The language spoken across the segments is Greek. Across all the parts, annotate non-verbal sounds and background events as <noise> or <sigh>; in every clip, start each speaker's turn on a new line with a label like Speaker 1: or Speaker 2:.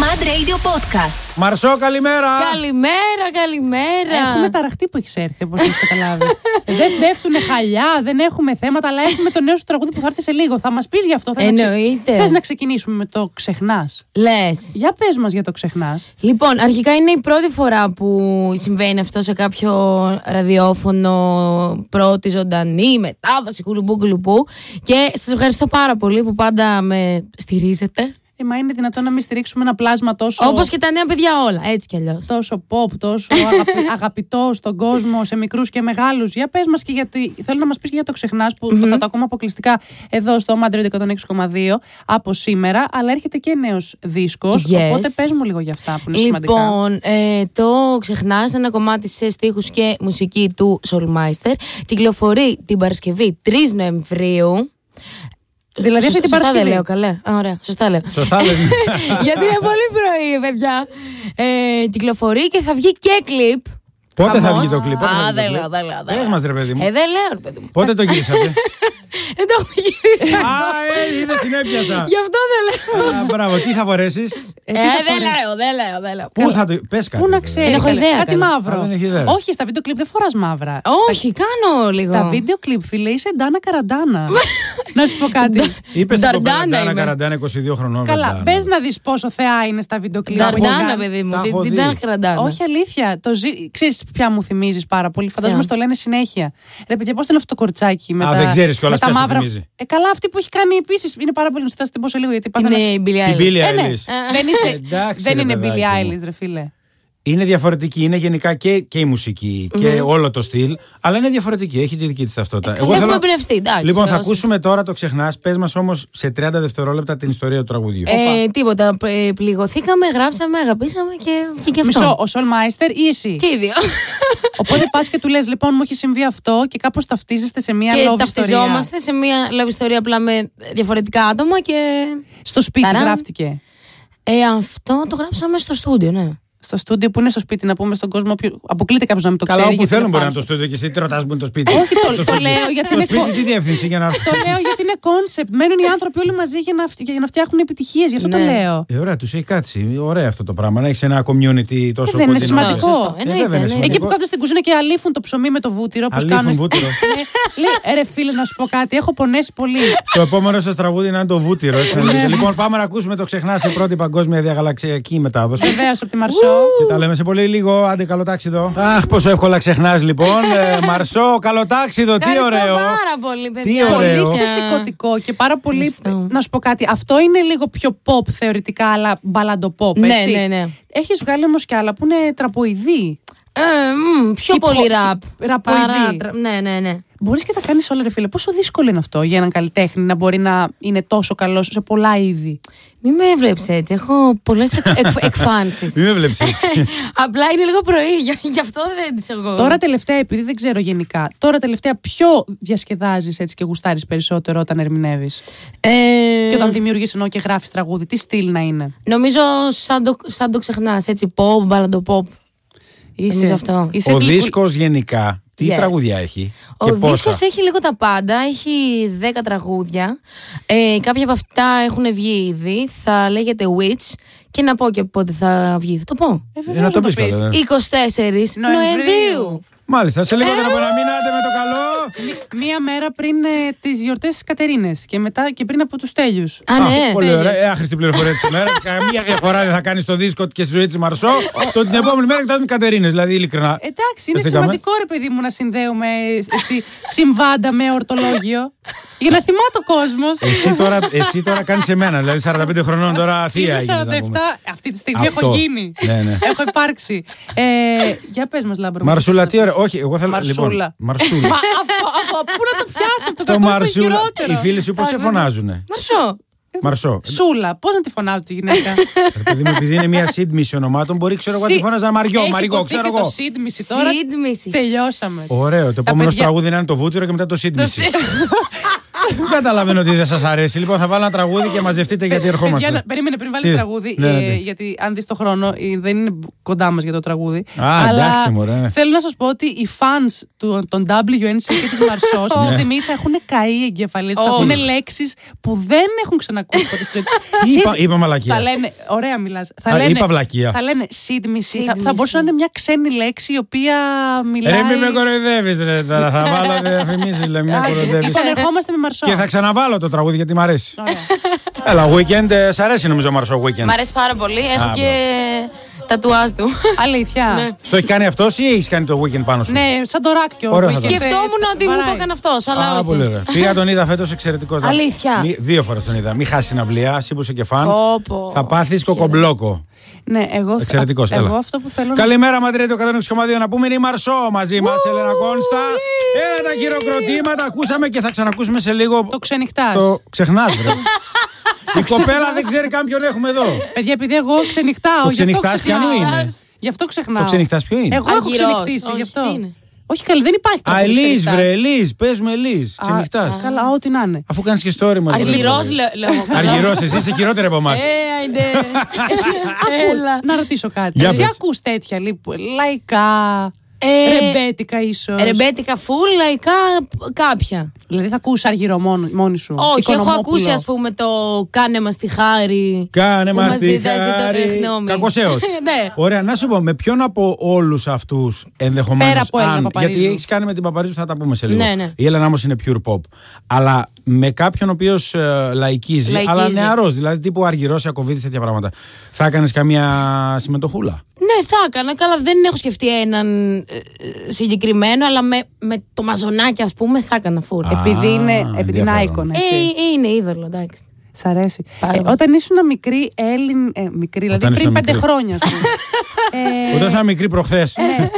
Speaker 1: Mad Radio Podcast.
Speaker 2: Μαρσό, καλημέρα!
Speaker 3: Καλημέρα, καλημέρα.
Speaker 4: Έχουμε ταραχτεί που έχεις έρθει, όπως έχεις
Speaker 3: <laughs>
Speaker 4: καταλάβει. δεν πέφτουν χαλιά, δεν έχουμε θέματα, αλλά έχουμε το νέο σου τραγούδι που θα έρθει σε λίγο. Θα μας πεις γι' αυτό. Θες να ξε-
Speaker 3: Εννοείται.
Speaker 4: Θες να ξεκινήσουμε με το ξεχνάς.
Speaker 3: Λες.
Speaker 4: Για πες μας για το ξεχνάς.
Speaker 3: Λοιπόν, αρχικά είναι η πρώτη φορά που συμβαίνει αυτό σε κάποιο ραδιόφωνο πρώτη ζωντανή μετάβαση κουλουμπού κουλουμπού. Και σας ευχαριστώ πάρα πολύ που πάντα με στηρίζετε.
Speaker 4: Ε, μα είναι δυνατόν να μην στηρίξουμε ένα πλάσμα τόσο.
Speaker 3: Όπως και τα νέα παιδιά όλα, έτσι κι αλλιώς.
Speaker 4: τόσο pop, τόσο
Speaker 3: <laughs>
Speaker 4: αγαπη- αγαπητό στον κόσμο, σε μικρούς και μεγάλους. Για πες μας και γιατί. Θέλω να μας πεις για το ξεχνάς που το- θα το ακούμε αποκλειστικά εδώ στο Madrid 106,2 από σήμερα. Αλλά έρχεται και νέος δίσκος.
Speaker 3: Yes.
Speaker 4: Οπότε πες μου λίγο για αυτά που είναι σημαντικά.
Speaker 3: Λοιπόν, ε, το ξεχνάς ένα κομμάτι σε στίχους και μουσική του Soulmeister. Κυκλοφορεί την Παρασκευή 3 Νοεμβρίου.
Speaker 4: Δηλαδή αυτή την
Speaker 3: Σωστά
Speaker 4: Παρασκευή.
Speaker 3: δεν λέω καλέ. Α, ωραία, σωστά λέω. <laughs>
Speaker 2: Σωστά λες.
Speaker 3: Γιατί είναι πολύ πρωί, παιδιά. Ε, κυκλοφορεί και θα βγει και
Speaker 2: Ε,
Speaker 3: κλιπ.
Speaker 2: Πότε θα
Speaker 3: Χαμός.
Speaker 2: βγει το κλιπ, πότε θα
Speaker 3: Α,
Speaker 2: βγει το
Speaker 3: δεν
Speaker 2: κλιπ?
Speaker 3: λέω, δεν λέω. δεν
Speaker 2: Πες
Speaker 3: λέω.
Speaker 2: μας, ρε παιδί μου.
Speaker 3: Ε, δεν λέω, ρε παιδί μου.
Speaker 2: Πότε το γυρίσατε.
Speaker 3: <laughs> Δεν το έχω γυρίσει.
Speaker 2: Α, ε, είδες την έπιασα.
Speaker 3: Γι' αυτό δεν λέω.
Speaker 2: Α, Μπράβο, τι θα φορέσεις.
Speaker 3: Ε, δεν λέω, δεν λέω, δεν λέω.
Speaker 2: Πού θα το. Πες κάτι.
Speaker 4: Πού να
Speaker 2: ρε,
Speaker 4: ξέρεις.
Speaker 3: Δεν έχω
Speaker 4: καλέ.
Speaker 3: ιδέα,
Speaker 4: Κάτι
Speaker 3: καλέ.
Speaker 4: μαύρο.
Speaker 2: Α, δεν έχει ιδέα.
Speaker 4: Όχι, στα βίντεο κλιπ δεν φοράς μαύρα.
Speaker 3: Όχι, κάνω λίγο.
Speaker 4: Στα βίντεο κλιπ, φίλε, είσαι Ντάνα Καραντάνα. να σου πω κάτι.
Speaker 2: Είπε στην
Speaker 3: Νταρντάνα
Speaker 2: κοπέλα Ντάνα
Speaker 3: είμαι.
Speaker 2: Καραντάνα 22 χρονών.
Speaker 4: Καλά,
Speaker 2: Νταρντάνα.
Speaker 4: πες να δεις πόσο θεά είναι στα βίντεο κλιπ. που έχω
Speaker 3: Νταρντάνα,
Speaker 4: κάνει.
Speaker 3: παιδί
Speaker 2: Τα
Speaker 3: μου.
Speaker 2: έχω
Speaker 3: Την την
Speaker 2: δει.
Speaker 3: Ντάνα Κραντάνα.
Speaker 4: Όχι, αλήθεια. Το ζη... Ξέρεις ποια μου θυμίζεις πάρα πολύ. Φαντάζομαι
Speaker 3: Ποια?
Speaker 4: στο λένε συνέχεια. Ρε παιδιά, πώς το είναι αυτό το κοριτσάκι με
Speaker 2: Α,
Speaker 4: τα,
Speaker 2: δεν ξέρεις κιόλας
Speaker 4: με τα
Speaker 2: ποια σου
Speaker 4: μαύρα.
Speaker 2: θυμίζει.
Speaker 4: Ε, καλά, αυτή που έχει κάνει επίσης. Είναι πάρα πολύ γνωστή. Θα την πω σε λίγο γιατί
Speaker 3: Την
Speaker 4: υπάρχουν-
Speaker 3: ε, η
Speaker 2: Την
Speaker 3: Billie Eilish.
Speaker 2: Billie
Speaker 4: Ε, ναι.
Speaker 2: Eilish.
Speaker 4: Δεν, είσαι...
Speaker 2: Εντάξει,
Speaker 4: δεν
Speaker 2: ρε
Speaker 4: είναι
Speaker 2: παιδάκι
Speaker 4: Billie
Speaker 2: μου.
Speaker 4: Eilish, ρε φίλε.
Speaker 2: Είναι διαφορετική. Είναι γενικά και, και η μουσικη και όλο το στυλ. Αλλά είναι διαφορετική. Έχει τη δική της ταυτότητα. Εγώ
Speaker 3: Έχουμε
Speaker 2: θέλω-
Speaker 3: εμπνευστεί, εντάξει.
Speaker 2: Λοιπόν, θα
Speaker 3: βέβαια,
Speaker 2: ακούσουμε τώρα το ξεχνάς. Πες μας όμως σε 30 δευτερόλεπτα την ιστορία του τραγουδιού.
Speaker 3: Ε, τίποτα. ε, Πληγωθήκαμε, γράψαμε, αγαπήσαμε και, και, και αυτό.
Speaker 4: Μισό, ο Σολ Μάιστερ ή εσύ.
Speaker 3: Και οι δύο.
Speaker 4: Οπότε πας και του λες: Λοιπόν, μου έχει συμβεί αυτό και κάπως ταυτίζεστε σε μια
Speaker 3: και
Speaker 4: love ιστορία.
Speaker 3: ταυτιζόμαστε σε μια love ιστορία απλά με διαφορετικά άτομα και.
Speaker 4: Στο σπίτι
Speaker 3: Ταραν.
Speaker 4: γράφτηκε.
Speaker 3: Ε, αυτό το γράψαμε στο στούντιο, ναι.
Speaker 4: Στο στούντιο που είναι στο σπίτι, να πούμε στον κόσμο. όποιο- Αποκλείται κάποιος να μην το ξέρει.
Speaker 2: Καλά, όπου
Speaker 4: γιατί
Speaker 2: θέλουν
Speaker 4: είναι
Speaker 2: μπορεί να
Speaker 4: φάρσα.
Speaker 2: το στούντιο και εσύ τι ρωτάς που είναι το σπίτι.
Speaker 4: Όχι, το- το
Speaker 2: στούντιο.
Speaker 4: λέω, γιατί
Speaker 2: Το
Speaker 4: είναι
Speaker 2: σπίτι,
Speaker 4: κο-
Speaker 2: τι διεύθυνση για να έρθω.
Speaker 4: Το λέω γιατί είναι κόνσεπτ. Μένουν οι άνθρωποι όλοι μαζί για να, φτι- για να φτιάχνουν επιτυχίες. Γι' αυτό το
Speaker 3: Ναι.
Speaker 4: λέω.
Speaker 2: Ε, ωραία, τους έχει κάτσει. Ωραία αυτό το πράγμα. Να έχεις ένα community τόσο
Speaker 4: Ε, δεν είναι
Speaker 2: κοντινό.
Speaker 4: σημαντικό.
Speaker 2: Ε,
Speaker 4: Σωστό.
Speaker 2: βέβαια είναι
Speaker 3: Εννοείται, εννοείται.
Speaker 2: σημαντικό.
Speaker 4: ναι. Εκεί που κάθονται στην κουζίνα και αλήφουν το ψωμί με το βούτυρο, όπως
Speaker 2: Αλήφουν
Speaker 4: κάνουν. στα-
Speaker 2: βούτυρο.
Speaker 4: Ε, Λέει, ρε φίλε, να σου πω κάτι. Έχω πονέσει
Speaker 2: <laughs>
Speaker 4: πολύ.
Speaker 2: Το επόμενο σας τραγούδι να είναι το βούτυρο. Έτσι να
Speaker 4: Ναι.
Speaker 2: λέγεται. λοιπόν, πάμε να ακούσουμε το ξεχνάς σε πρώτη παγκόσμια διαγαλαξιακή μετάδοση.
Speaker 4: Βεβαίως από τη Μαρσό.
Speaker 2: Και τα λέμε σε πολύ λίγο. Άντε, καλοτάξιδο. Αχ, πόσο εύκολα ξεχνάς, λοιπόν. Ε, Μαρσό, καλοτάξιδο, τι
Speaker 3: Ευχαριστώ
Speaker 2: ωραίο.
Speaker 3: πάρα πολύ,
Speaker 2: Τι
Speaker 3: παιδιά.
Speaker 2: ωραίο.
Speaker 4: Πολύ ξεσηκωτικό και πάρα πολύ.
Speaker 3: Ευχαριστώ.
Speaker 4: Να σου πω κάτι. Αυτό είναι λίγο πιο pop θεωρητικά, αλλά μπαλαντο pop.
Speaker 3: Ναι,
Speaker 4: έτσι.
Speaker 3: ναι, ναι.
Speaker 4: Έχεις βγάλει όμως κι άλλα που είναι τραποειδή.
Speaker 3: Ε, μ, πιο
Speaker 4: Hip-hop,
Speaker 3: πολύ ραπ.
Speaker 4: hip- ραπποειδή.
Speaker 3: Παρά τρα- Ναι, ναι, ναι.
Speaker 4: Μπορείς και τα κάνεις όλα, ρε φίλε. Πόσο δύσκολο είναι αυτό για έναν καλλιτέχνη να μπορεί να είναι τόσο καλός σε πολλά είδη.
Speaker 3: Μη με βλέπεις έτσι. Έχω πολλές
Speaker 4: <laughs>
Speaker 3: εκφάνσει.
Speaker 2: Μην με βλέπεις έτσι.
Speaker 3: Απλά είναι λίγο πρωί, γι' γι' αυτό δεν τις εγώ.
Speaker 4: Τώρα τελευταία, επειδή δεν ξέρω γενικά, τώρα τελευταία ποιο διασκεδάζεις έτσι και γουστάρεις περισσότερο όταν ερμηνεύεις.
Speaker 3: Ε,
Speaker 4: Και όταν δημιουργείς ενώ και γράφεις τραγούδι, τι στυλ να είναι.
Speaker 3: Νομίζω σαν το, σαν το ξεχνάς. Έτσι, pop, μπαλαντο pop. Νομίζω αυτό.
Speaker 4: Είσαι
Speaker 2: Ο
Speaker 4: γλυκου-
Speaker 2: δίσκος γενικά, τι
Speaker 3: Yes.
Speaker 2: τραγουδιά έχει.
Speaker 3: Ο
Speaker 2: και
Speaker 3: δίσκο
Speaker 2: πόσα.
Speaker 3: έχει λίγο τα πάντα. Έχει 10 τραγούδια. Ε, κάποια από αυτά έχουν βγει ήδη. Θα λέγεται Witch. Και να πω και πότε θα βγει. Θα το πω.
Speaker 4: Ε,
Speaker 2: Ε,
Speaker 4: βεβαίως
Speaker 2: να το πεις
Speaker 4: πεις.
Speaker 2: καλά. ναι.
Speaker 3: 24 Νοεμβρίου.
Speaker 2: Μάλιστα, σε
Speaker 4: Ε!
Speaker 2: λιγότερο από ένα μήνα, άντε με το καλό.
Speaker 4: Μία μέρα πριν ε, τις γιορτές της Κατερίνες και μετά και πριν από τους τέλειου.
Speaker 3: Α, ναι.
Speaker 2: Πολύ ωραία. Ε, άχρηστη πληροφορία της ημέρας. Καμία διαφορά δεν θα κάνεις στο δίσκο και στη ζωή της Μαρσό. το την επόμενη μέρα εκτός με Κατερίνες, δηλαδή ειλικρινά.
Speaker 4: Εντάξει, είναι
Speaker 2: Πεθήκαμε.
Speaker 4: σημαντικό ρε παιδί μου να συνδέουμε έτσι, συμβάντα με ορτολόγιο. για να θυμάται ο κόσμος.
Speaker 2: Εσύ τώρα, εσύ τώρα κάνεις εμένα, δηλαδή 45 χρονών τώρα θεία.
Speaker 4: Είμαι
Speaker 2: έγινες,
Speaker 4: 47.
Speaker 2: να πούμε.
Speaker 4: Αυτή τη στιγμή έχω
Speaker 2: Αυτό.
Speaker 4: γίνει.
Speaker 2: Ναι, ναι.
Speaker 4: Έχω υπάρξει. Ε, για πες μας, Λάμπρο.
Speaker 2: Μαρσούλα, τι ωραία. Όχι, εγώ θέλω.
Speaker 4: Μαρσούλα.
Speaker 2: Λοιπόν, μαρσούλα.
Speaker 4: Μα αυτό, αυτό, πού να το πιάσω,
Speaker 2: το
Speaker 4: το κακό το
Speaker 2: Μαρσούλα.
Speaker 4: χειρότερο.
Speaker 2: Οι φίλοι σου πώς σε φωνάζουνε.
Speaker 3: Μαρσό.
Speaker 2: Μαρσό. Ε,
Speaker 4: Σούλα, πώς να τη φωνάζω τη γυναίκα.
Speaker 2: Ρε παιδί μου, επειδή είναι μια σύντμηση ονομάτων, μπορεί <laughs> ξέρω εγώ να τη
Speaker 4: Συ-
Speaker 2: φώναζα Μαριό,
Speaker 4: Έχει
Speaker 2: Μαρικό,
Speaker 4: υποθεί
Speaker 2: ξέρω
Speaker 4: και Το
Speaker 2: εγώ.
Speaker 4: σύντμηση τώρα.
Speaker 3: Σύντμησης.
Speaker 4: Τελειώσαμε.
Speaker 2: Ωραίο. Το επόμενο
Speaker 4: παιδιά-
Speaker 2: τραγούδι να είναι το βούτυρο και μετά το σύντμηση. Δεν καταλαβαίνω ότι δεν σας αρέσει. Λοιπόν, θα βάλω ένα τραγούδι και μαζευτείτε γιατί
Speaker 4: Παιδιά,
Speaker 2: ερχόμαστε.
Speaker 4: ε, περίμενε πριν βάλεις
Speaker 2: Τι,
Speaker 4: τραγούδι.
Speaker 2: ναι,
Speaker 4: ε,
Speaker 2: ναι.
Speaker 4: γιατί αν δεις το χρόνο, ε, δεν είναι κοντά μας για το τραγούδι.
Speaker 2: Α, εντάξει, μωρέ, ναι.
Speaker 4: θέλω να σας πω ότι οι fans του, των WNC και της
Speaker 2: <laughs>
Speaker 4: Μαρσός
Speaker 2: Ναι.
Speaker 4: αυτή τη στιγμή θα έχουν καεί εγκεφαλή. Θα
Speaker 3: Όχι.
Speaker 4: πούνε λέξεις που δεν έχουν ξανακούσει ποτέ στη ζωή τους.
Speaker 2: Τι
Speaker 4: Sid-
Speaker 2: <laughs> είπα- είπα μαλακία.
Speaker 4: Θα λένε, ωραία μιλάς.
Speaker 2: Α,
Speaker 4: Θα λένε,
Speaker 2: είπα βλακεία.
Speaker 4: Θα λένε σύντμηση. Θα, θα
Speaker 3: Σύντμηση.
Speaker 4: μπορούσε να είναι μια ξένη λέξη η οποία μιλάει.
Speaker 2: Ρε, μην Ε, με κοροϊδεύεις, ρε τώρα. Θα βάλω διαφημίσει, λέει, μια
Speaker 4: Α,
Speaker 2: κοροϊδεύεις.
Speaker 4: Λοιπόν, ερχόμαστε με Μαρσό.
Speaker 2: Και θα ξαναβάλω το τραγούδι γιατί μ' αρέσει.
Speaker 4: Ωραία.
Speaker 2: Έλα, weekend. ε, Σ' αρέσει νομίζω Μαρσό
Speaker 3: Μ'
Speaker 2: weekend.
Speaker 3: αρέσει πάρα πολύ. Έχω
Speaker 2: Α,
Speaker 3: και τατουάζ <laughs> του. Ναι.
Speaker 4: Αλήθεια.
Speaker 2: Στο έχει κάνει αυτός ή έχεις κάνει το weekend πάνω σου.
Speaker 4: Ναι, σαν το ράκιο.
Speaker 2: Ωραία θα
Speaker 4: Που
Speaker 2: ήταν.
Speaker 4: έχετε-
Speaker 3: Σκεφτόμουν ότι μου το
Speaker 4: βαράει.
Speaker 3: έκανε αυτός, αλλά
Speaker 2: Α, πολύ
Speaker 3: όχι.
Speaker 2: ωραία. Πήγα τον είδα φέτος εξαιρετικός.
Speaker 3: Αλήθεια.
Speaker 2: Δύο φορές τον είδα. Μη χάσεις την αυλία, σύπουσε και φαν.
Speaker 3: Πω, πω.
Speaker 2: Θα πάθεις κοκομπλόκο.
Speaker 4: Ναι, εγώ,
Speaker 2: Εξαιρετικός.
Speaker 4: εγώ αυτό που θέλω να
Speaker 2: Καλημέρα, Μαντρέτο 106,2 να πούμε. Είναι η Μαρσό μαζί μας, Ελένα Κόνστα. Έλα τα χειροκροτήματα, ακούσαμε και θα ξανακούσουμε σε λίγο.
Speaker 4: το ξενυχτάς.
Speaker 2: Το ξεχνάς,
Speaker 4: <laughs>
Speaker 2: Η κοπέλα δεν ξέρει καν ποιον έχουμε εδώ.
Speaker 4: Παιδιά, επειδή εγώ ξενυχτάω.
Speaker 2: Το
Speaker 4: γι' αυτό
Speaker 2: ξενυχτάς
Speaker 4: ξεχνάω.
Speaker 2: ποιανού είναι?
Speaker 4: Γι' αυτό ξεχνάω.
Speaker 2: Το ξενυχτάς ποιο είναι?
Speaker 4: Εγώ έχω
Speaker 3: Αργυρός.
Speaker 4: ξενυχτήσει.
Speaker 3: Όχι,
Speaker 4: γι'
Speaker 3: τι
Speaker 4: αυτό.
Speaker 3: είναι?
Speaker 4: Όχι, καλή, δεν υπάρχει
Speaker 2: Α,
Speaker 4: τραγούδι
Speaker 2: Ελίζ,
Speaker 4: ξενυχτάς.
Speaker 2: βρε, Ελίζ, πες μου, Ελίζ.
Speaker 4: Α,
Speaker 2: Ξενυχτάς.
Speaker 4: Καλά, ό,τι να είναι.
Speaker 2: Αφού κάνεις και story μου.
Speaker 3: Αργυρό λέω εγώ.
Speaker 2: Αργυρός, εσύ είσαι χειρότερη από εμάς.
Speaker 3: Ε, αιντε.
Speaker 4: Εσύ,
Speaker 3: Έλα.
Speaker 4: ακού, να ρωτήσω κάτι.
Speaker 2: Για
Speaker 4: Εσύ
Speaker 2: πες.
Speaker 4: ακούς τέτοια, λοιπόν, λαϊκά,
Speaker 3: Ε,
Speaker 4: ρεμπέτικα ίσως.
Speaker 3: Ρεμπέτικα φουλ, λαϊκά κάποια.
Speaker 4: Δηλαδή θα ακούς αργυρό μόνο- μόνη σου.
Speaker 3: Όχι, έχω
Speaker 4: Οικονομόπουλο.
Speaker 3: ακούσει ας πούμε το Κάνε μας τη χάρη.
Speaker 2: Κάνε
Speaker 3: που
Speaker 2: μας
Speaker 3: μας
Speaker 2: τη
Speaker 3: ζητάει, ζητάει το
Speaker 2: χάρη.
Speaker 3: συγγνώμη.
Speaker 2: Κακοσέως.
Speaker 3: <laughs> Ναι.
Speaker 2: Ωραία, να σου πω, με ποιον από όλους αυτούς ενδεχομένως.
Speaker 4: Πέρα από Έλενα Παπαρίζου.
Speaker 2: Γιατί έχεις κάνει με την Παπαρίζου, θα τα πούμε σε λίγο.
Speaker 3: Ναι, ναι.
Speaker 2: Η Έλενα όμως είναι pure pop. Αλλά με κάποιον ο οποίος λαϊκίζει,
Speaker 3: Λαϊκίζει.
Speaker 2: αλλά νεαρός, δηλαδή τύπου Αργυρό, Ιακοβίδη, τέτοια πράγματα. Θα έκανες καμία συμμετοχούλα.
Speaker 3: Ναι, θα έκανα. Καλά, δεν έχω σκεφτεί έναν ε, ε, συγκεκριμένο, αλλά με, με το μαζονάκι, ας πούμε, θα έκανα φουλ.
Speaker 2: Α,
Speaker 4: Επειδή είναι,
Speaker 2: Α,
Speaker 4: επειδή είναι
Speaker 2: ενδιαφέρον.
Speaker 4: icon,
Speaker 3: Ε,
Speaker 4: έτσι.
Speaker 3: ε, είναι είδωλο, εντάξει.
Speaker 4: Σ' αρέσει.
Speaker 3: Πάρα
Speaker 4: Ε,
Speaker 3: πολύ.
Speaker 4: όταν ήσουν μικρή Έλλην. Ε, μικρή, δηλαδή
Speaker 2: ήσουν
Speaker 4: πριν πέντε
Speaker 2: μικρή.
Speaker 4: χρόνια, ας
Speaker 2: <laughs>
Speaker 4: πούμε. ε,
Speaker 2: Όταν ήμουν μικρή προχθές.
Speaker 4: ναι.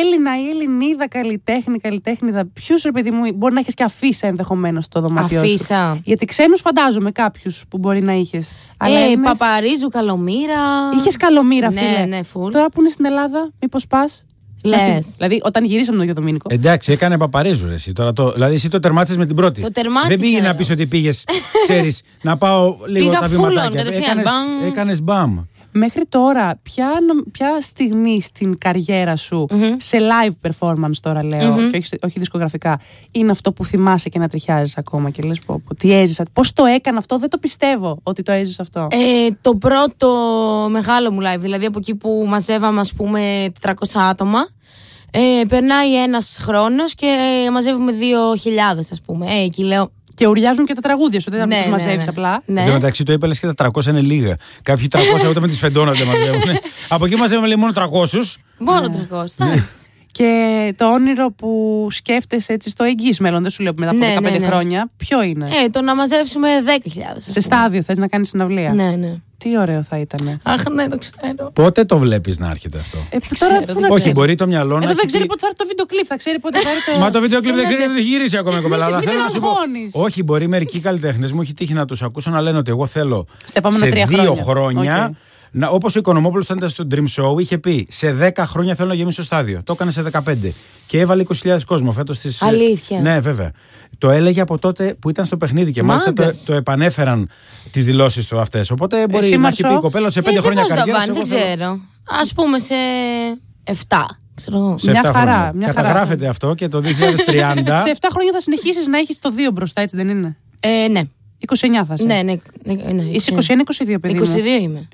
Speaker 4: Έλληνα ή Ελληνίδα καλλιτέχνη, καλλιτέχνηδα. Ποιους ρε παιδί μου, μπορεί να έχεις και αφίσα ενδεχομένως στο δωμάτιό σου.
Speaker 3: Αφίσα.
Speaker 4: Γιατί ξένους φαντάζομαι κάποιους που μπορεί να είχες. Αλλά
Speaker 3: ε,
Speaker 4: Έλληνες-
Speaker 3: Παπαρίζου, Καλομήρα.
Speaker 4: Είχες καλομήρα,
Speaker 3: Ναι,
Speaker 4: φίλε.
Speaker 3: ναι, full.
Speaker 4: Τώρα που είναι στην Ελλάδα, μήπως πας.
Speaker 3: Λες.
Speaker 4: Δηλαδή, όταν γυρίσαμε τον Γιωδομήνικο.
Speaker 2: Εντάξει, έκανε παπαρίζους ρε, εσύ. Τώρα το, δηλαδή, εσύ το τερμάτισες με την πρώτη.
Speaker 3: Το τερμάτισα,
Speaker 2: Δεν πήγε
Speaker 3: ρε.
Speaker 2: να πεις ότι πήγες,
Speaker 3: <laughs>
Speaker 2: ξέρεις, να πάω λίγο
Speaker 3: Πήγα
Speaker 2: τα
Speaker 3: full on,
Speaker 2: βηματάκια.
Speaker 3: κατευθείαν, μπαμ.
Speaker 2: Έκανες μπαμ.
Speaker 4: Μέχρι τώρα, ποια, νο- ποια στιγμή στην καριέρα σου, σε live performance τώρα λέω, και όχι, σε- όχι δισκογραφικά, είναι αυτό που θυμάσαι και να τριχιάζεις ακόμα και λες πω, πω, τι έζησα, πώς το έκανα αυτό, δεν το πιστεύω ότι το έζησα αυτό.
Speaker 3: Ε, το πρώτο μεγάλο μου live, δηλαδή από εκεί που μαζεύαμε ας πούμε 400 άτομα, ε, περνάει ένας χρόνος και μαζεύουμε 2.000 ας πούμε. Ε, εκεί λέω,
Speaker 4: και ουριάζουν και τα τραγούδια σου, δεν θα ναι, τους μαζεύεις απλά.
Speaker 3: Ναι.
Speaker 2: Εν τω μεταξύ το είπα λες και τα 300 είναι λίγα. Κάποιοι 300 ούτε με τις φεντόνας δεν
Speaker 3: <laughs>
Speaker 2: μαζεύουν. Από εκεί μαζεύουμε λέει μόνο 300.
Speaker 3: Μόνο
Speaker 4: Ναι.
Speaker 3: 300, εντάξει.
Speaker 4: Και το όνειρο που σκέφτεσαι έτσι στο εγγύς μέλλον, δεν σου λέω μετά από
Speaker 3: Ναι,
Speaker 4: 15
Speaker 3: ναι, ναι.
Speaker 4: χρόνια, ποιο είναι.
Speaker 3: Ε, το να μαζέψουμε 10.000. ας
Speaker 4: σε στάδιο θες να κάνεις συναυλία.
Speaker 3: πούμε. Ναι, ναι.
Speaker 4: Τι ωραίο θα ήταν.
Speaker 3: Αχ, ναι, το ξέρω.
Speaker 2: Πότε το βλέπεις να έρχεται αυτό.
Speaker 4: Ε,
Speaker 3: ξέρω, Ε,
Speaker 4: τώρα
Speaker 3: δεν
Speaker 4: πού να
Speaker 2: Όχι,
Speaker 4: ξέρει.
Speaker 2: μπορεί το μυαλό να
Speaker 4: Εδώ Ε, δεν
Speaker 2: έχει
Speaker 4: ξέρει
Speaker 2: πει-
Speaker 4: πότε θα έρθει το βίντεο κλιπ, θα ξέρει πότε θα έρθει το.
Speaker 2: Μα το βίντεο κλιπ δεν ξέρει,
Speaker 4: ε,
Speaker 2: δεν το έχει γυρίσει ακόμα η κοπέλα. Αλλά
Speaker 4: Γιατί
Speaker 2: θέλω
Speaker 4: δεν
Speaker 2: να σου πω.
Speaker 4: αγχώνεις.
Speaker 2: Όχι, μπορεί μερικοί καλλιτέχνες μου έχει τύχει να τους ακούσω να λένε ότι εγώ θέλω
Speaker 4: Στα επόμενα
Speaker 2: σε
Speaker 4: τρία
Speaker 2: δύο
Speaker 4: χρόνια.
Speaker 2: χρόνια.
Speaker 4: Οκ.
Speaker 2: Να, όπως ο Οικονομόπουλος όταν ήταν στο Dream Show είχε πει σε 10 χρόνια θέλω να γεμίσω στάδιο. Το έκανε σε 15. Και έβαλε 20.000 κόσμο φέτος στις...
Speaker 3: Αλήθεια.
Speaker 2: Ναι βέβαια. Το έλεγε από τότε που ήταν στο παιχνίδι και μάλιστα το,
Speaker 3: Μάγκας.
Speaker 2: το επανέφεραν τις δηλώσεις του αυτές. Οπότε μπορεί
Speaker 4: Εσύ,
Speaker 2: να έχει πει η
Speaker 4: Μαρσό.
Speaker 2: κοπέλα σε 5
Speaker 3: Ε, δεν
Speaker 2: χρόνια
Speaker 3: πώς τα
Speaker 2: καριέρας.
Speaker 3: πάνε,
Speaker 2: εγώ
Speaker 3: δεν
Speaker 2: θέλω-
Speaker 3: ξέρω. Ας πούμε σε 7, ξέρω εγώ.
Speaker 2: σε
Speaker 4: Μια
Speaker 2: 7
Speaker 4: χαρά,
Speaker 2: χρόνια.
Speaker 4: μια χαρά.
Speaker 2: Καταγράφεται αυτό και
Speaker 4: <laughs>
Speaker 2: το 2030
Speaker 4: Σε 7 χρόνια θα συνεχίσεις να έχεις το 2 μπροστά, έτσι δεν είναι.
Speaker 3: Ε, ναι.
Speaker 4: 29 θα είσαι.
Speaker 3: Ναι, ναι, ναι, ναι,
Speaker 4: Είσαι
Speaker 3: ναι.
Speaker 4: 21-22, παιδί. μου.
Speaker 3: 22 είμαι.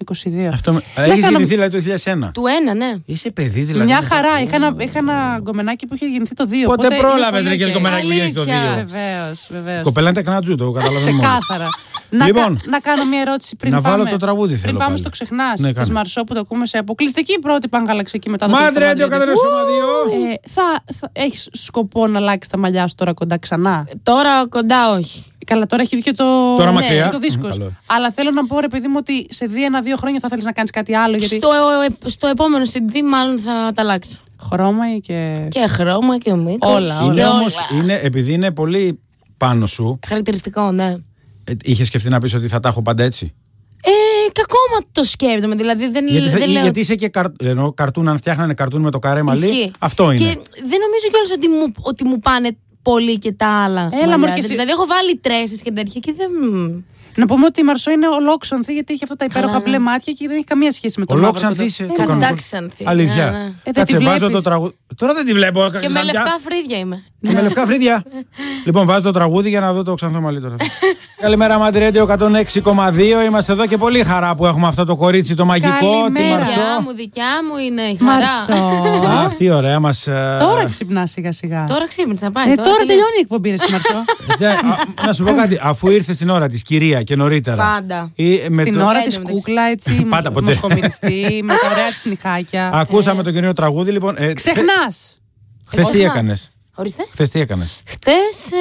Speaker 4: 22.
Speaker 2: Αυτό...
Speaker 4: Να
Speaker 2: Έχεις
Speaker 4: κάνω-
Speaker 2: γεννηθεί δηλαδή το 2001.
Speaker 3: Του ένα, ναι.
Speaker 2: Είσαι παιδί δηλαδή.
Speaker 4: Μια χαρά. Είχα ένα, είχα ένα γκομενάκι που είχε γεννηθεί το 2.
Speaker 2: Πότε πρόλαβες ρε και σκομμένα
Speaker 3: Αλήθεια.
Speaker 2: το δύο.
Speaker 4: Βεβαίως, βεβαίως.
Speaker 2: Κοπέλα είναι τεκνάτζου, το καταλαβαίνω μόνο.
Speaker 4: Ξεκάθαρα. να,
Speaker 2: Λοιπόν.
Speaker 4: κα- να κάνω μια ερώτηση πριν
Speaker 2: Να
Speaker 4: πάμε.
Speaker 2: βάλω το τραγούδι, θέλω
Speaker 4: Πριν πάμε
Speaker 2: πάλι.
Speaker 4: στο ξεχνάς
Speaker 2: Ναι,
Speaker 4: ναι,
Speaker 2: κάνε.
Speaker 4: τη Μαρσό που το ακούμε σε αποκλειστική πρώτη παγκαλαξική μετά το
Speaker 2: Μάντρε,
Speaker 4: Μάντρε,
Speaker 2: αντίο καταρρεύσω, μαδίο.
Speaker 4: ε, θα, θα έχεις σκοπό να αλλάξεις τα μαλλιά σου τώρα κοντά ξανά.
Speaker 3: Τώρα κοντά όχι.
Speaker 4: Καλά, τώρα έχει βγει και το. Ναι,
Speaker 2: Τώρα μακριά.
Speaker 4: Το δίσκος.
Speaker 2: Καλό.
Speaker 4: Αλλά θέλω να πω, ρε παιδί μου, ότι σε δύο-ένα-δύο χρόνια θα θέλεις να κάνεις κάτι άλλο. Γιατί
Speaker 3: Στο, ε, στο επόμενο CD μάλλον θα τα αλλάξω.
Speaker 4: χρώμα και.
Speaker 3: Και χρώμα και μήκος.
Speaker 4: Όλα, όλα.
Speaker 2: Είναι όμω, επειδή είναι πολύ πάνω σου,
Speaker 3: Χαρακτηριστικό, ναι.
Speaker 2: είχες σκεφτεί να πεις ότι θα τα έχω πάντα έτσι.
Speaker 3: Ε, κακόμα το σκέφτομαι. Δηλαδή δεν,
Speaker 2: γιατί, θα-
Speaker 3: δεν λέω.
Speaker 2: γιατί είσαι και καρ, ενώ καρτούν, αν φτιάχνανε καρτούν με το καρέ μαλλί,
Speaker 3: Ισχύει.
Speaker 2: αυτό είναι.
Speaker 3: Και δεν νομίζω κιόλας ότι, μου- ότι μου πάνε πολύ και τα άλλα.
Speaker 4: Έλα,
Speaker 3: μαλλιά.
Speaker 4: μωρέ, και εσύ.
Speaker 3: Δηλαδή, έχω βάλει τρέσεις και τέτοια και δεν.
Speaker 4: Να πούμε ότι η Μαρσό είναι ολόξανθη γιατί έχει αυτά τα υπέροχα
Speaker 3: Καλά, ναι.
Speaker 4: μπλε μάτια και δεν έχει καμία σχέση με τον μαύρο.
Speaker 2: Ολόξανθη
Speaker 4: του.
Speaker 2: είσαι.
Speaker 4: Ε,
Speaker 2: το κανονικό.
Speaker 3: Κατάξανθη.
Speaker 2: Αλήθεια.
Speaker 3: Ναι, ναι. Ε, δεν
Speaker 4: τη
Speaker 2: Κάτσε, βάζω
Speaker 4: βλέπεις.
Speaker 2: το τραγούδι. Τώρα δεν τη βλέπω.
Speaker 3: Και με λευκά φρύδια είμαι.
Speaker 2: Και με λευκά φρύδια. λοιπόν, βάζω το τραγούδι για να δω το ξανθόμαλι
Speaker 4: <laughs>
Speaker 2: τώρα. Καλημέρα, Μαντρέντιο 106,2. Είμαστε εδώ και πολύ χαρά που έχουμε αυτό το κορίτσι το μαγικό, τη
Speaker 4: Καλημέρα.
Speaker 2: Μαρσό.
Speaker 3: Δικιά μου, δικιά μου είναι η χαρά.
Speaker 4: Μαρσό.
Speaker 2: Αχ, τι ωραία ε, μα.
Speaker 4: Τώρα ξυπνά σιγά σιγά.
Speaker 3: Τώρα ξύπνησα, πάει.
Speaker 4: Ε, τώρα
Speaker 3: τελείωσε.
Speaker 4: τελειώνει η εκπομπή, ρε εσύ, Μαρσό.
Speaker 2: Να σου πω κάτι. Αφού ήρθες στην ώρα της, κυρία και νωρίτερα.
Speaker 3: Πάντα.
Speaker 2: Ή <laughs> με
Speaker 4: Στην
Speaker 2: το-
Speaker 4: ώρα
Speaker 3: Ε,
Speaker 4: της
Speaker 3: εντάξει.
Speaker 4: κούκλα, έτσι.
Speaker 2: <laughs> Πάντα ποτέ.
Speaker 4: Μοσχομυριστή, με τα ωραία
Speaker 2: <laughs>
Speaker 4: της νυχάκια.
Speaker 2: Ακούσαμε το καινούριο τραγούδι, λοιπόν.
Speaker 4: ε. Ξεχνά.
Speaker 2: Χθε τι
Speaker 3: Οχνάς.
Speaker 2: έκανες.
Speaker 3: Ορίστε.
Speaker 2: Χθες τι έκανες.
Speaker 3: Χτε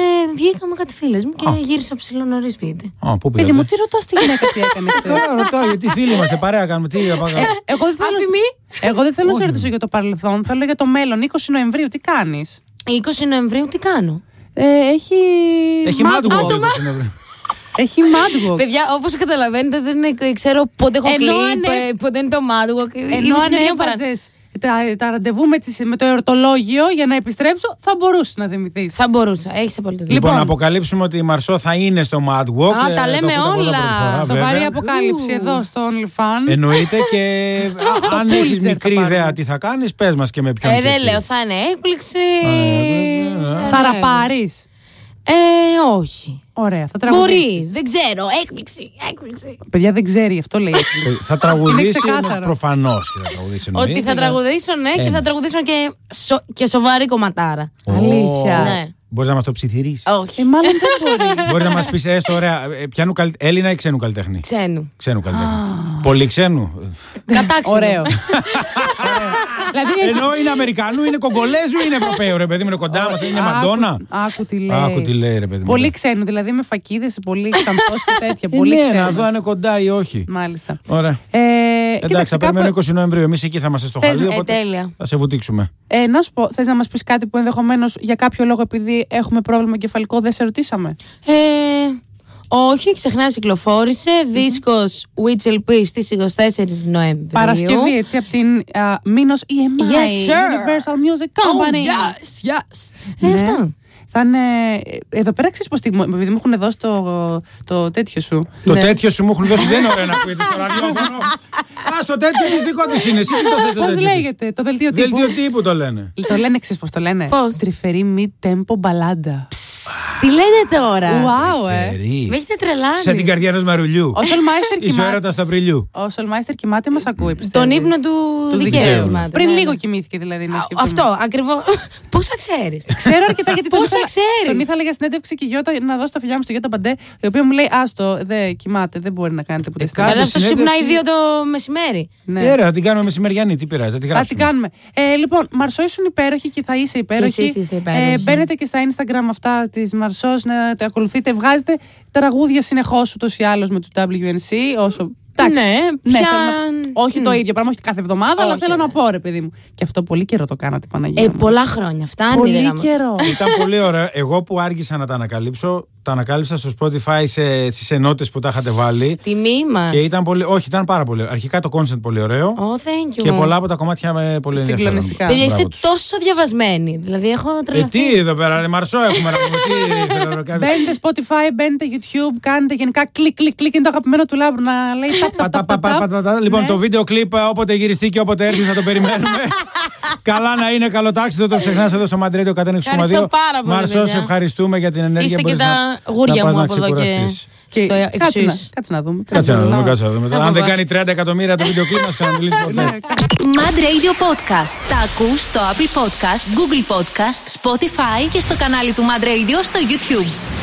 Speaker 4: ε,
Speaker 3: βγήκα με κάτι φίλες μου και γύρισα ψηλό νωρί σπίτι.
Speaker 2: Α, πού
Speaker 4: Παιδί
Speaker 2: πήγατε.
Speaker 4: μου, τι ρωτάς τη γυναίκα τι
Speaker 3: <laughs>
Speaker 4: έκανε χθες.
Speaker 2: Καλά, ρωτάω, γιατί φίλοι είμαστε, παρέα κάνουμε. Τι
Speaker 4: Ε,
Speaker 2: είπα, κάνω.
Speaker 4: Εγώ δεν θέλω, εγώ δεν θέλω να σε ρωτήσω για το παρελθόν, θέλω για το μέλλον. 20 Νοεμβρίου, τι κάνεις.
Speaker 3: 20 Νοεμβρίου τι κάνω.
Speaker 4: Ε, έχει.
Speaker 2: Έχει
Speaker 4: Mad Walk.
Speaker 2: μάτουγο. το συνέβη.
Speaker 4: Έχει Mad Walk.
Speaker 3: Παιδιά, όπως καταλαβαίνετε, δεν ε, ξέρω πότε έχω
Speaker 4: Ενώ
Speaker 3: κλείπ,
Speaker 4: ανε-
Speaker 3: ε, πότε είναι το μάτουγο.
Speaker 4: Ενώ αν έβαζες τα, τα ραντεβού με, τις, με το εορτολόγιο για να επιστρέψω, θα μπορούσε να θυμηθείς.
Speaker 3: Θα μπορούσα, έχεις απόλυτο δίκιο.
Speaker 2: Λοιπόν,
Speaker 4: Λοιπόν.
Speaker 2: να αποκαλύψουμε ότι η Μαρσό θα είναι στο Mad Walk.
Speaker 3: Α,
Speaker 2: ε,
Speaker 3: τα
Speaker 2: το
Speaker 3: λέμε
Speaker 2: ακούτε από εδώ
Speaker 3: όλα.
Speaker 2: πρώτη φορά,
Speaker 4: Σοβαρή
Speaker 2: βέβαια.
Speaker 4: αποκάλυψη
Speaker 3: Ου.
Speaker 4: εδώ στο OnlyFans.
Speaker 2: Εννοείται
Speaker 4: <laughs>
Speaker 2: και α, αν
Speaker 4: Pulitzer
Speaker 2: έχει
Speaker 4: θα
Speaker 2: μικρή
Speaker 4: πάρουμε.
Speaker 2: ιδέα τι θα κάνεις, πες μας και με ποιον.
Speaker 3: Ε,
Speaker 2: και
Speaker 3: δεν
Speaker 2: τι.
Speaker 3: λέω, θα είναι έκπληξη.
Speaker 4: ε,
Speaker 2: ναι,
Speaker 4: Θα ραπάρεις.
Speaker 3: Ε, όχι.
Speaker 4: Ωραία, θα τραγουδήσεις. Ναι,
Speaker 3: Μπορεί, δεν ξέρω, έκπληξη, έκπληξη.
Speaker 4: Παιδιά δεν ξέρει, αυτό <laughs> λέει.
Speaker 2: Ε, Θα
Speaker 4: <laughs>
Speaker 2: τραγουδήσει
Speaker 4: ξεκάθαρο.
Speaker 2: προφανώς και θα τραγουδήσει. εννοείται,
Speaker 3: Ότι θα
Speaker 2: για-
Speaker 3: τραγουδήσω, ναι, και
Speaker 4: Ε.
Speaker 2: Ένα.
Speaker 3: θα τραγουδήσω και, σο- και σοβαρή κομματάρα.
Speaker 2: Ω,
Speaker 4: Αλήθεια.
Speaker 3: Ναι.
Speaker 2: Μπορείς να μας το ψιθυρίσει.
Speaker 4: ε,
Speaker 3: Όχι.
Speaker 4: μάλλον δεν μπορεί.
Speaker 2: Μπορείς να μας πεις, έστω ωραία, ε, ποιανού καλ- Έλληνα ή ξένου καλλιτέχνη.
Speaker 4: <laughs>
Speaker 3: Ξένου.
Speaker 2: Ξένου καλλιτέχνη. Πολύ
Speaker 4: Ε,
Speaker 2: ξένου.
Speaker 3: Κατάξενο.
Speaker 4: Ωραίο. δηλαδή έχει
Speaker 2: Ενώ είναι Αμερικανού, είναι Κογκολέζου, είναι Ευρωπαίου, ρε παιδί μου, είναι κοντά μας, είναι
Speaker 4: Άκου-
Speaker 2: Μαντόνα.
Speaker 4: Άκου τι λέει.
Speaker 2: Άκου τι λέει, ρε παιδί μου.
Speaker 4: Πολύ
Speaker 2: Ε,
Speaker 4: ξένο, δηλαδή με φακίδες, πολύ
Speaker 2: <laughs>
Speaker 4: ξαμπό και τέτοια. πολύ
Speaker 2: ναι,
Speaker 4: ξένο.
Speaker 2: να δω αν είναι κοντά ή όχι.
Speaker 4: Μάλιστα.
Speaker 2: Ωραία.
Speaker 4: Ε,
Speaker 2: Εντάξει, θα
Speaker 4: κάπου-
Speaker 2: περιμένω 20 Νοεμβρίου. Εμείς εκεί θα είμαστε στο
Speaker 4: Θες-
Speaker 2: χαλί.
Speaker 3: Ε,
Speaker 2: οπότε
Speaker 3: τέλεια.
Speaker 2: Θα σε βουτήξουμε.
Speaker 4: Ε, να σου πω, θες να μας πεις κάτι που ενδεχομένως για κάποιο λόγο επειδή έχουμε πρόβλημα κεφαλικό δεν σε ρωτήσαμε.
Speaker 3: Ε, όχι, ξεχνά κυκλοφόρησε. Δίσκος Witch LP στις 24 Νοεμβρίου.
Speaker 4: Παρασκευή, έτσι, από την α, Μήνος EMI,
Speaker 3: Yes, sir.
Speaker 4: Universal Music
Speaker 3: Oh,
Speaker 4: Company.
Speaker 3: yes, yes. Ε,
Speaker 2: Ναι.
Speaker 3: αυτά.
Speaker 4: Θα είναι. ε, Εδώ πέρα ξέρεις πω. Επειδή μου έχουν δώσει το, το τέτοιο σου.
Speaker 2: Το τέτοιο σου μου έχουν δώσει δεν είναι ωραίο να ακούγεται στο
Speaker 4: <laughs>
Speaker 2: ραδιόφωνο. Α, το τέτοιο της δικό της είναι. Εσύ τι το θες το
Speaker 4: Πώς
Speaker 2: τέτοιο. της?
Speaker 4: λέγεται, το δελτίο τύπου.
Speaker 2: Δελτίο τύπου το λένε.
Speaker 4: Το λένε εξή, πώς το λένε.
Speaker 3: Πώς?
Speaker 4: Τρυφερή μη τέμπο μπαλάντα.
Speaker 3: Τι λέτε τώρα.
Speaker 4: Ουάου, ε.
Speaker 2: Φερή.
Speaker 3: Με έχετε τρελάνει.
Speaker 2: Σαν την καρδιά ενό μαρουλιού.
Speaker 4: Ο Σολμάιστερ κοιμάται.
Speaker 2: Ισοέρατα Απριλιού.
Speaker 4: Ο Σολμάιστερ κοιμάται, μα ακούει. πιστεύεις.
Speaker 3: Τον ύπνο του,
Speaker 4: Του
Speaker 3: δικαίου.
Speaker 4: δικαίου.
Speaker 3: κοιμάται,
Speaker 4: Πριν
Speaker 3: ναι,
Speaker 4: λίγο
Speaker 3: ναι.
Speaker 4: κοιμήθηκε δηλαδή. να
Speaker 3: Α,
Speaker 4: σκεφτούμε.
Speaker 3: Αυτό,
Speaker 4: <laughs>
Speaker 3: ακριβώ. Πόσα ξέρει.
Speaker 4: Ξέρω αρκετά
Speaker 3: <laughs>
Speaker 4: γιατί τον
Speaker 3: Πόσα
Speaker 4: ήθελα,
Speaker 3: ξέρεις?
Speaker 4: τον ήθελα για συνέντευξη και η Γιώτα να δώσω τα φιλιά μου στη Γιώτα Παντέ, η οποία μου λέει Άστο, δεν κοιμάται, δεν μπορεί να κάνετε ποτέ.
Speaker 2: Ε,
Speaker 4: συνέντευξη».
Speaker 2: Κάντε
Speaker 3: Αλλά αυτό
Speaker 2: συνέντευξη.
Speaker 3: ξυπνάει δύο το μεσημέρι.
Speaker 4: Ναι.
Speaker 2: Ε, ρε, θα την κάνουμε μεσημεριανή, τι πειράζει, θα την
Speaker 4: Θα την
Speaker 2: γράψουμε.
Speaker 4: κάνουμε. Ε, λοιπόν, Μαρσό ήσουν υπέροχη και θα είσαι υπέροχη.
Speaker 3: Και εσείς είστε ναι. υπέροχοι.
Speaker 4: Ε, μπαίνετε και στα Instagram αυτά της Μαρσός να τα ακολουθείτε. Βγάζετε τραγούδια συνεχώς ούτως ή άλλως με του WNC. Όσο... Εντάξει.
Speaker 3: Ναι, πια-
Speaker 4: θέλω να- Όχι το
Speaker 3: Μμ.
Speaker 4: ίδιο πράγμα, όχι κάθε εβδομάδα, αλλά
Speaker 3: Όχι,
Speaker 4: θέλω να
Speaker 3: ναι.
Speaker 4: πω, ρε παιδί μου. Και αυτό πολύ καιρό το κάνατε, Παναγία.
Speaker 3: Ε,
Speaker 4: μου.
Speaker 3: πολλά χρόνια. Φτάνει. ρε
Speaker 4: πολύ
Speaker 3: γάμα.
Speaker 2: <laughs>
Speaker 4: καιρό.
Speaker 2: Ήταν πολύ ωραίο. Εγώ που άργησα να τα ανακαλύψω, τα ανακάλυψα στο Spotify σε, στις ενότητες που τα είχατε βάλει.
Speaker 3: Τιμή μας.
Speaker 2: Και ήταν πολύ. Όχι, ήταν πάρα πολύ ωραίο. Αρχικά το concept πολύ ωραίο.
Speaker 3: Oh, thank you.
Speaker 2: Και πολλά από τα κομμάτια με πολύ ενδιαφέρον.
Speaker 4: Συγκλονιστικά.
Speaker 3: Παιδιά, είστε
Speaker 2: Μπράβο τους.
Speaker 3: τόσο διαβασμένοι. Δηλαδή, έχω
Speaker 2: Ε,
Speaker 3: τρελαθεί.
Speaker 2: τι εδώ πέρα, ρε Μαρσό έχουμε να πούμε.
Speaker 3: <laughs>
Speaker 2: Τι ήρθε εδώ πέρα, κάτι-
Speaker 4: Μπαίνετε Spotify, μπαίνετε YouTube, κάνετε γενικά κλικ, κλικ, κλικ. Είναι το αγαπημένο του Λάμπρου να λέει ταπ, ταπ,
Speaker 2: Πατα,
Speaker 4: ταπ,
Speaker 2: πα, πα,
Speaker 4: ταπ, ταπ. Ναι.
Speaker 2: πα, τα, τα.
Speaker 3: ναι.
Speaker 2: Λοιπόν, το βίντεο κλιπ όποτε γυριστεί και όποτε έρθει θα το
Speaker 3: <laughs>
Speaker 2: περιμένουμε. Καλά να είναι, καλό τάξιδο, το ξεχνάς εδώ στο Μαντρέτο 106,2.
Speaker 3: Ευχαριστώ πάρα πολύ,
Speaker 2: Μαρσός, σε
Speaker 3: παιδιά.
Speaker 2: ευχαριστούμε για την ενέργεια
Speaker 3: Είστε
Speaker 2: που
Speaker 3: και τα γούρια μου από εδώ και
Speaker 4: Και
Speaker 3: στο ε,
Speaker 4: Κάτσε να,
Speaker 3: εξής.
Speaker 4: κάτσε να δούμε.
Speaker 2: Κάτσε να δούμε,
Speaker 4: δούμε.
Speaker 2: κάτσε να δούμε.
Speaker 3: Να Ναι,
Speaker 2: Αν δεν
Speaker 3: φοβάμαι.
Speaker 2: κάνει 30 εκατομμύρια το βίντεο κλιπ, μα ξαναμιλήσει ποτέ.
Speaker 1: Mad Radio Podcast. Τα ακούς στο Apple Podcast, Google Podcast, Spotify και στο κανάλι του Mad Radio στο YouTube.